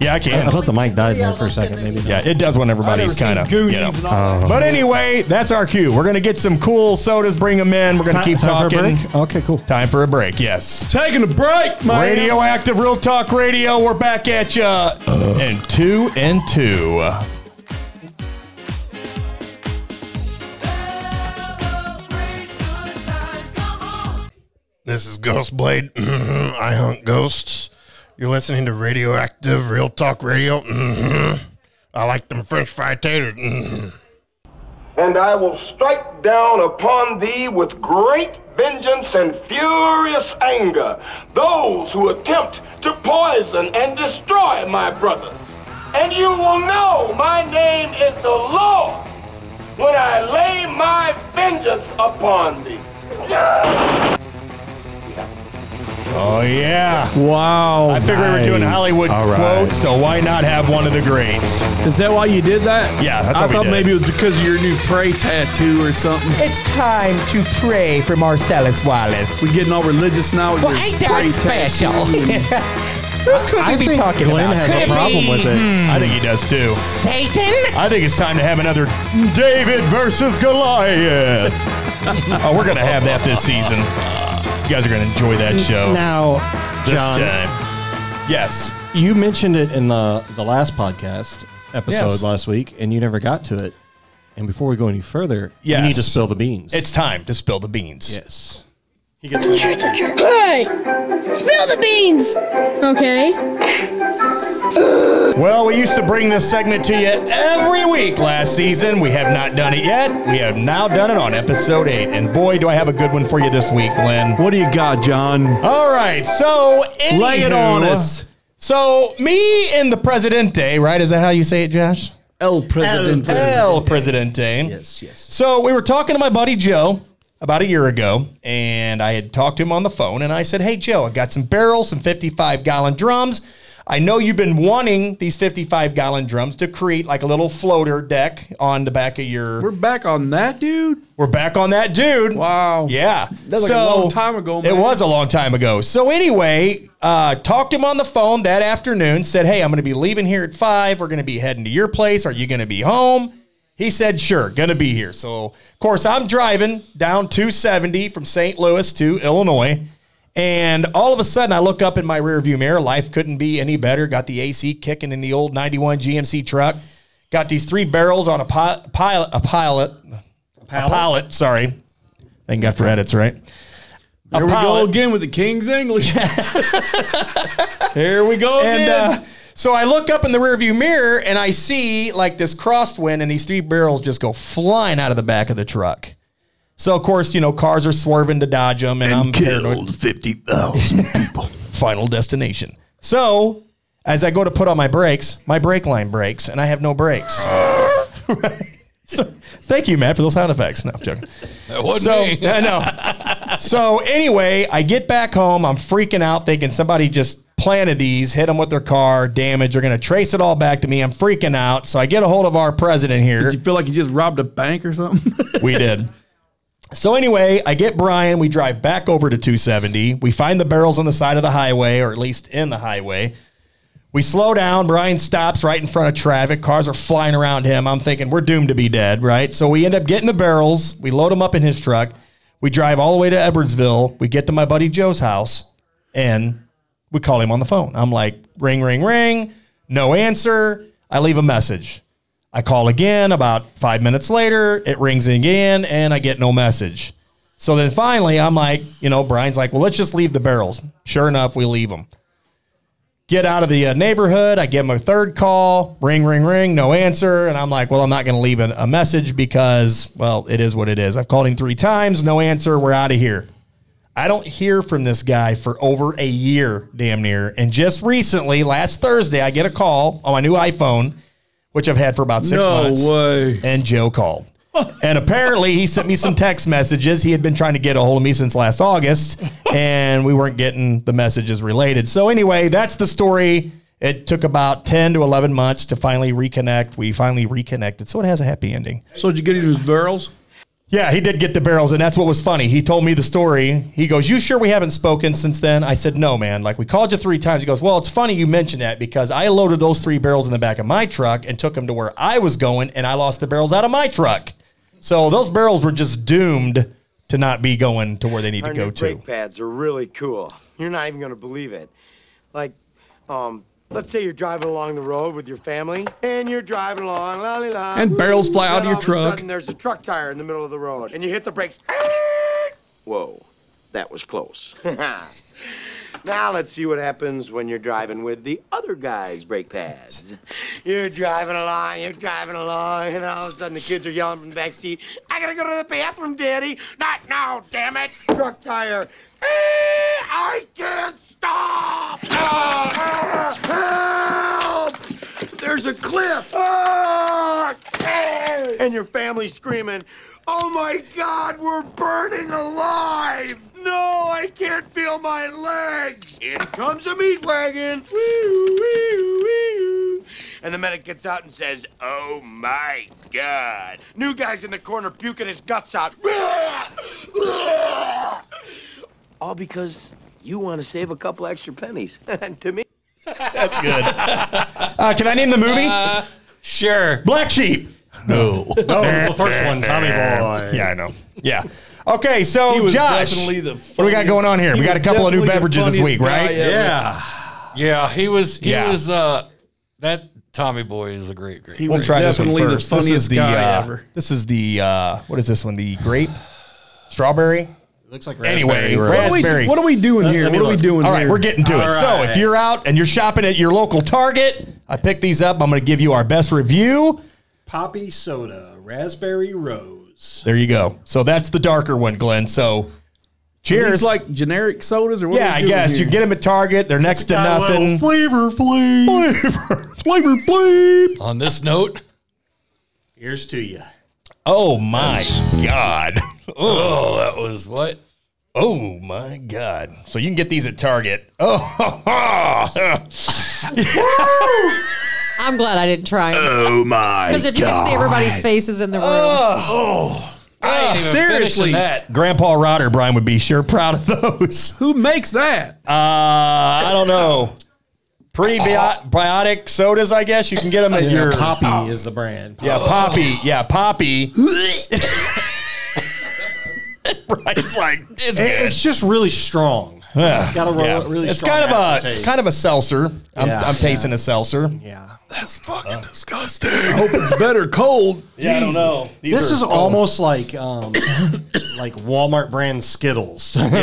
Yeah, I can.
I, thought the mic died there for a second. Maybe.
Yeah, it does when everybody's kind of, you know. But anyway, that's our cue. We're gonna get some cool sodas, bring them in. We're gonna keep
time
talking.
For a break? Okay, cool.
Time for a break. Yes.
Taking a break, man.
Radioactive Real Talk Radio. We're back at you. And two and two.
This is Ghostblade. I hunt ghosts. You're listening to Radioactive Real Talk Radio. Mm-hmm. I like them French fry taters. Mm-hmm.
And I will strike down upon thee with great vengeance and furious anger those who attempt to poison and destroy my brothers. And you will know my name is the Lord when I lay my vengeance upon thee.
Oh yeah!
Wow!
I figured we were doing
Nice.
Hollywood
All right.
quotes, so why not have one of the greats?
Is that why you did that?
Yeah, that's
I
what we
thought
did.
maybe it was because of your new prey tattoo or something.
It's time to pray for Marcellus Wallace.
We're getting all religious now. With
Well,
your
ain't that
prey
special?
Who could
I
we be
think
talking
Glenn
about?
has a Could it problem be- with it.
I think he does too.
Satan?
I think it's time to have another David versus Goliath. oh, we're gonna have that this season. You guys are gonna enjoy that show.
Now,
this
John.
time. Yes.
You mentioned it in the the last podcast episode
Yes.
last week, and you never got to it. And before we go any further, you need to
Yes.
spill the beans.
It's time to spill the beans.
Yes.
Hey! Spill the beans! Okay.
Well, we used to bring this segment to you every week last season. We have not done it yet. We have now done it on episode eight. And boy, do I have a good one for you this week, Glenn.
What do you got, John?
All right. So,
Lay it
anywho,
on us.
So, me and the Presidente, right? Is that how you say it, Josh?
El
Presidente. El Presidente.
Yes, yes.
So we were talking to my buddy Joe about a year ago, and I had talked to him on the phone, and I said, "Hey Joe, I got some barrels, some 55 gallon drums. I know you've been wanting these 55 gallon drums to create like a little floater deck on the back of your.
We're back on that, dude.
We're back on that, dude.
Wow.
Yeah.
That's like a long time ago, man.
It was a long time ago. So anyway, uh, talked to him on the phone that afternoon. Said, "Hey, I'm going to be leaving here at five. We're going to be heading to your place. Are you going to be home?" He said, "Sure, going to be here." So of course, I'm driving down 270 from St. Louis to Illinois. And all of a sudden, I look up in my rearview mirror. Life couldn't be any better. Got the AC kicking in the old 91 GMC truck. Got these three barrels on a pi- pile, a pilot, a pallet. Sorry, thank God for edits, right?
Here we go again with the King's English. Here we go
And
again.
uh, so I look up in the rearview mirror and I see like this crosswind, and these three barrels just go flying out of the back of the truck. So of course, you know, cars are swerving to dodge them, and, I'm paranoid.
fifty thousand people.
Final destination. So as I go to put on my brakes, my brake line breaks, and I have no brakes. Right. So, thank you, Matt, for those sound effects. No, I'm joking.
That wasn't
so,
me.
I know. So anyway, I get back home. I'm freaking out, thinking somebody just planted these, hit them with their car, damage. They're gonna trace it all back to me. I'm freaking out. So I get a hold of our president here.
you feel like you just robbed a bank or something?
we did. So anyway, I get Brian. We drive back over to 270. We find the barrels on the side of the highway, or at least in the highway. We slow down. Brian stops right in front of traffic. Cars are flying around him. I'm thinking we're doomed to be dead, right? So we end up getting the barrels. We load them up in his truck. We drive all the way to Edwardsville. We get to my buddy Joe's house, and we call him on the phone. I'm like, ring, ring, ring. No answer. I leave a message. I call again about five minutes later. It rings again, and I get no message. So then finally, I'm like, you know, Brian's like, well, let's just leave the barrels. Sure enough, we leave them. Get out of the uh, neighborhood. I give him a third call. Ring, ring, ring. No answer. And I'm like, well, I'm not going to leave an, a message because, well, it is what it is. I've called him three times. No answer. We're out of here. I don't hear from this guy for over a year, damn near. And just recently, last Thursday, I get a call on my new iPhone, which I've had for about six
No
months. way. And Joe called. and apparently, he sent me some text messages. He had been trying to get a hold of me since last August, and we weren't getting the messages related. So, anyway, that's the story. It took about 10 to 11 months to finally reconnect. We finally reconnected. So, it has a happy ending.
So did you get into his barrels?
Yeah, he did get the barrels, and that's what was funny. He told me the story. He goes, You sure we haven't spoken since then? I said, No, man. Like, we called you three times. He goes, Well, it's funny you mentioned that because I loaded those three barrels in the back of my truck and took them to where I was going, and I lost the barrels out of my truck. So those barrels were just doomed to not be going to where they need
Our
to go
new
to.
brake pads are really cool. You're not even gonna believe it. Like, um, let's say you're driving along the road with your family, and you're driving along, la la la.
And barrels fly
Then
out of your
all Of
truck.
a sudden, there's a truck tire in the middle of the road, and you hit the brakes. Whoa, that was close. now let's see what happens when you're driving with the other guy's brake pads. You're driving along, you're driving along, and all of a sudden the kids are yelling from the back seat, I gotta go to the bathroom, Daddy. Not now, damn it. Truck tire. Eh, I can't stop. Ah, ah, help! There's a cliff. Ah, eh. and your family screaming, Oh my God, we're burning alive. No, I can't feel my legs. In comes a meat wagon. Wee-oo, wee-oo, wee-oo. And the medic gets out and says, Oh my God. New guy's in the corner puking his guts out. All because you want to save a couple extra pennies. and to me, that's
good. Uh, can I name the movie?
Uh, sure.
Black Sheep.
No.
no, it was the first one, Tommy Boy. Yeah, I know. Yeah. Okay, so
He was
Oh, Josh,
definitely the
what do we got going on here?
funniest-
We
he
got a
was
couple of new
definitely the
beverages this week,
funniest guy
right?
ever. Yeah. Yeah, he was. He
Yeah.
was. Uh, that Tommy Boy is a great, great.
We'll
great.
try this one first. This is the, uh, This is the uh, what is this one? The grape, strawberry.
Looks like
Anyway,
What are we-
raspberry.
what are we doing
Let-
here?
let me
What are we
look.
doing
All right,
here?
we're getting to
All
it. So
right.
if you're out and you're shopping at your local Target, I picked these up. I'm going to give you our best review.
Poppy soda, raspberry rose.
There you go. So that's the darker one, Glenn. So
Are
cheers.
these like generic sodas or what?
yeah, I guess you get them at Target. They're next to
got a little
nothing.
Flavor flea.
Flavor,
flavor flea.
On this note,
Here's to you.
Oh my god.
Oh, that was what?
Oh my god. So you can get these at Target. Oh.
I'm glad I didn't try them.
Oh my
Because if you could see everybody's faces in the room.
Oh.
I ain't even
Seriously,
finishing that.
Grandpa Rotter Brian would be sure proud of those.
Who makes that?
Uh, I don't know. Prebiotic sodas, I guess you can get them at
Yeah,
your
Poppy is the brand.
Yeah, Poppy. Yeah, Poppy. Brian's like, it's,
It- it's just really strong.
Yeah,
Gotta roll
yeah.
it really
it's
strong
kind
after
of a it's
taste.
kind of a seltzer. I'm,
Yeah,
I'm tasting
yeah.
a seltzer.
Yeah,
that's fucking disgusting.
I hope it's better cold.
Yeah, I don't know. These
this
are-
is
oh.
almost like um, like Walmart brand Skittles. I mean,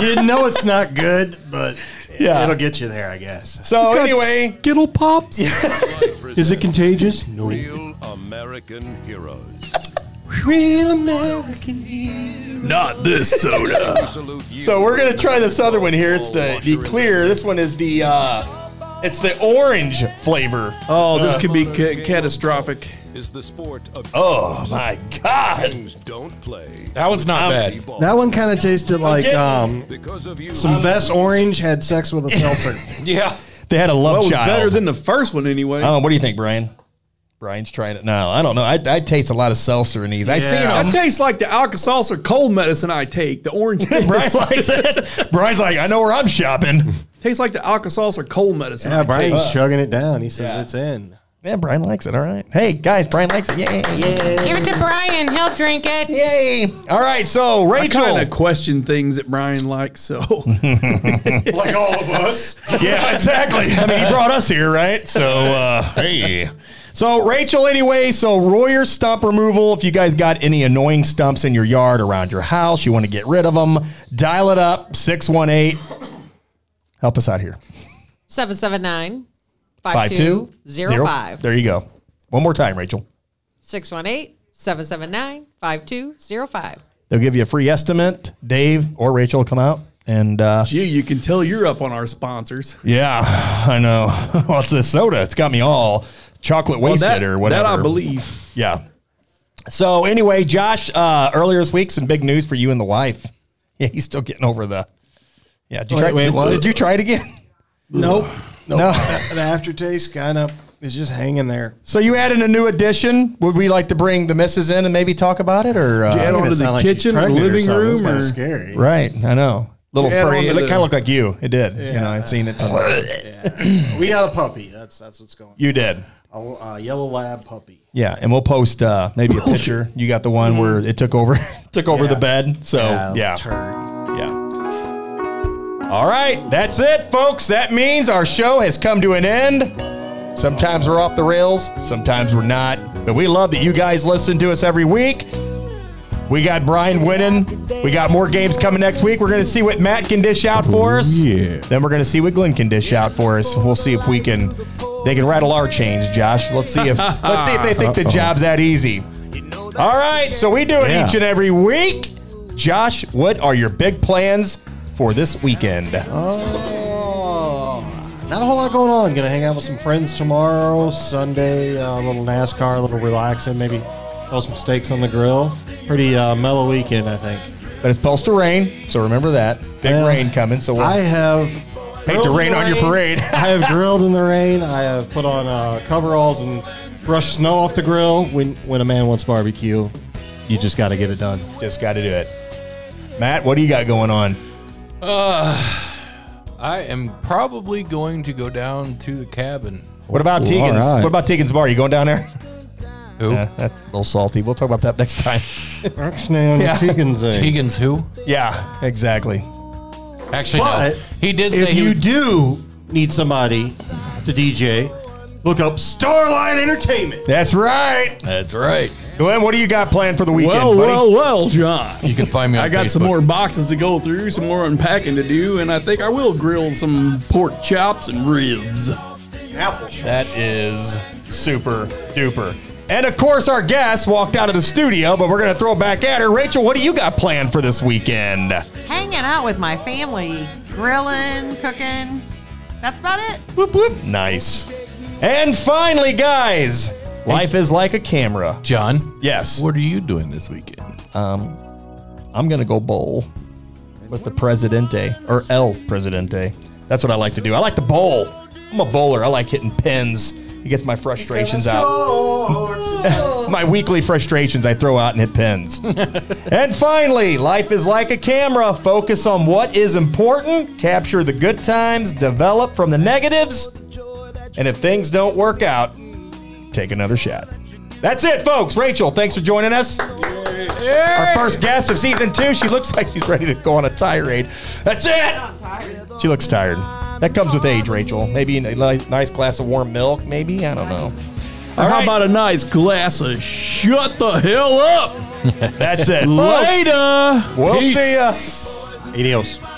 you know it's not good, but
Yeah.
it'll get you there, I guess.
So anyway,
Skittle pops.
is it contagious? No.
Real American heroes.
Real American hero.
Not this soda.
So we're gonna try this other one here. It's the the clear. This one is the uh, it's the orange flavor.
Oh, this
Uh,
could be ca- catastrophic.
Is the sport of
Oh my God!
things don't play.
That one's
Um,
not bad.
That one kind of tasted like um,
Because of you.
some Vest Orange had sex with a seltzer.
Yeah.
They had a love
Well, it was
child.
better than the first one anyway.
Oh, what do you think, Brian? Brian's trying it. No, I don't know. I, I taste a lot of seltzer in these. I seen them.
That tastes like the Alka-Seltzer cold medicine I take. The orange.
Brian likes it. Brian's like, I know where I'm shopping.
Tastes like the Alka-Seltzer cold medicine.
Yeah,
I
Brian's
take.
chugging it down. He says it's in.
Yeah, Brian likes it. All right. Hey guys, Brian likes it. Yay!
Give it to Brian. He'll drink it.
Yay. All right. So
I
Rachel.
kind of question things that Brian likes. So
like all of us.
yeah, exactly. I mean, he brought us here, right? So, uh, hey. So, Rachel, anyway, so Royer stump removal. If you guys got any annoying stumps in your yard, around your house, you want to get rid of them, dial it up 618. Help us out here.
779
5205.
5205.
There you go. One more time, Rachel.
618 779 5205.
They'll give you a free estimate. Dave or Rachel will come out and uh,
Gee, you can tell you're up on our sponsors.
yeah, I know. What's this soda? It's got me all chocolate
Well,
wasted
that-
or whatever.
That I believe.
Yeah. So anyway, Josh, uh, earlier this week, some big news for you and the wife. Yeah, he's still getting over the. Yeah, did you
Wait,
try?
wait,
did,
what?
did you try it again?
Nope. Nope.
No.
That- The aftertaste kind of is just hanging there.
So you added a new addition. Would we like to bring the missus in and maybe talk about it, or
Did you add
Making
on
it
to the
sound like she's
kitchen or the
pregnant
living
something.
room
It's kinda
or-
scary. Right, I know. Little
You add on
furry.
to
It
the-
kind of looked like you. It did. You know, I've seen it. somewhere.
we got a puppy. That's that's what's going.
You did.
A, a yellow lab puppy.
Yeah, and we'll post uh, maybe a picture. You got the one where it took over took over the bed. So
Yeah,
Oh, yeah,
a
yeah. All right, that's it, folks. That means our show has come to an end. Sometimes we're off the rails, sometimes we're not, but we love that you guys listen to us every week. We got Brian winning. We got more games coming next week. We're going to see what Matt can dish out for us.
Oh,
Yeah. Then we're going to see what Glenn can dish out for us. We'll see if we can they can rattle our chains, Josh. Let's see if let's see if they think the
Uh-oh.
job's that easy. All right, so we do it
Yeah.
each and every week. Josh, what are your big plans for this weekend?
Oh, not a whole lot going on. Gonna hang out with some friends tomorrow, Sunday. uh, A little NASCAR, a little relaxing. Maybe throw some steaks on the grill. Pretty uh, mellow weekend, I think.
But it's supposed to rain, so remember that. Big rain coming, so we'll
I have.
hate
grilled
to
in
rain
the
on your parade.
I have grilled in the rain. I have put on uh, coveralls and brushed snow off the grill. When when a man wants barbecue, you just got to get it done.
Just got to do it. Matt, what do you got going on?
Uh, I am probably going to go down to the cabin.
What about
Well,
Tegan's?
all right.
What about Tegan's bar? You going down there?
Who?
that's a little salty. We'll talk about that next time.
Now,
Yeah.
Tegan's a-
Tegan's who?
Yeah, exactly.
Actually,
But
no. He did say
if
he
you
was-
do need somebody to DJ, look up Starlight Entertainment.
That's right.
That's right.
Glenn, what do you got planned for the
weekend,
Well,
buddy?
well, well, John.
You can find me on
I got some
Facebook.
more boxes to go through, some more unpacking to do, and I think I will grill some pork chops and ribs.
Apple.
That is super duper. And of course, our guest walked out of the studio, but we're going to throw it back at her. Rachel, what do you got planned for this weekend?
Hanging out with my family, grilling, cooking. That's about it.
Whoop whoop. Nice. And finally, guys, life is like a camera.
John?
Yes.
What are you doing this weekend?
Um, I'm going to go bowl with the Presidente or El Presidente. That's what I like to do. I like to bowl. I'm a bowler. I like hitting pins. It gets my frustrations out. my weekly frustrations I throw out and hit pins. and finally, life is like a camera. Focus on what is important, capture the good times, develop from the negatives, and if things don't work out, take another shot. That's it, folks. Rachel, thanks for joining us. Our first guest of season two. She looks like she's ready to go on a tirade. That's it. She looks tired. That comes with age, Rachel. Maybe a nice, nice glass of warm milk. Maybe I don't know.
Or how about a nice glass of shut the hell up?
That's it.
Later.
We'll
Peace.
see ya. Adios.